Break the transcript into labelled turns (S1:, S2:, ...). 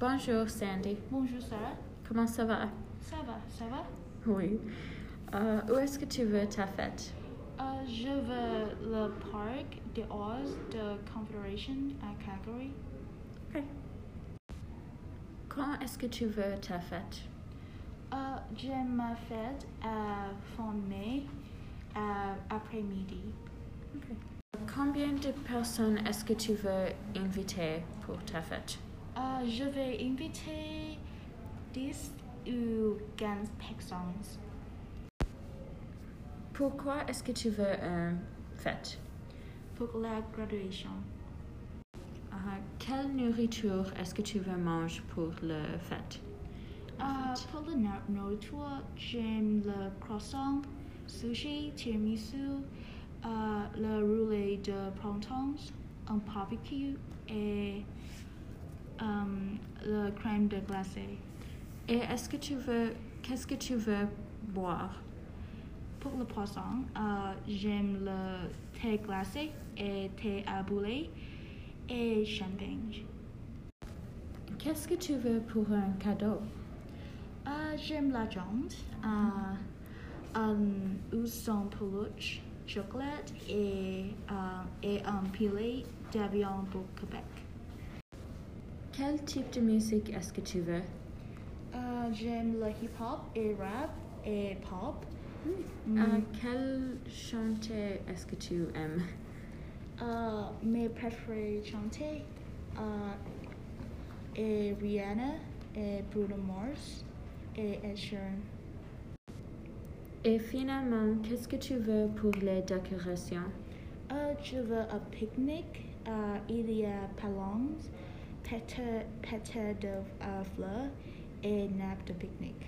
S1: Bonjour Sandy.
S2: Bonjour Sarah.
S1: Comment ça va?
S2: Ça va, ça va
S1: Oui. Euh, où est-ce que tu veux ta fête?
S2: Euh, Je veux le parc de Oz de Confederation à Calgary.
S1: Ok. Quand est-ce que tu veux ta fête?
S2: Euh, J'ai ma fête à fin mai à après-midi.
S1: Ok. Combien de personnes est-ce que tu veux inviter pour ta fête?
S2: Euh, je vais inviter 10 ou 15 personnes.
S1: Pourquoi est-ce que tu veux une fête?
S2: pour la graduation.
S1: Euh, quelle nourriture est-ce que tu veux manger pour la fête?
S2: Euh, pour le na- nourriture, j'aime le croissant, sushi, tiramisu, euh, le roulé de printemps, un barbecue et euh, le crème de glacé.
S1: Et est-ce que tu veux, qu'est-ce que tu veux boire?
S2: Pour le poisson, euh, j'aime le thé glacé et thé à boulet et champagne.
S1: Qu'est-ce que tu veux pour un cadeau?
S2: Euh, j'aime la jante, euh, un ousson peluche, chocolat et, euh, et un pilet d'avion pour Québec.
S1: Quel type de musique est-ce que tu veux?
S2: Euh, j'aime le hip-hop et rap et pop.
S1: Euh,
S2: Mm.
S1: quel chanteur est-ce que tu aimes?
S2: Euh, mes préférés chanter euh, et Rihanna et Bruno Mars et Ed Sheeran.
S1: Et finalement, qu'est-ce que tu veux pour les décorations?
S2: Euh, je veux un pique-nique. Euh, il y a uh, palongs, pétales pétale de euh, fleurs et nappe de pique-nique.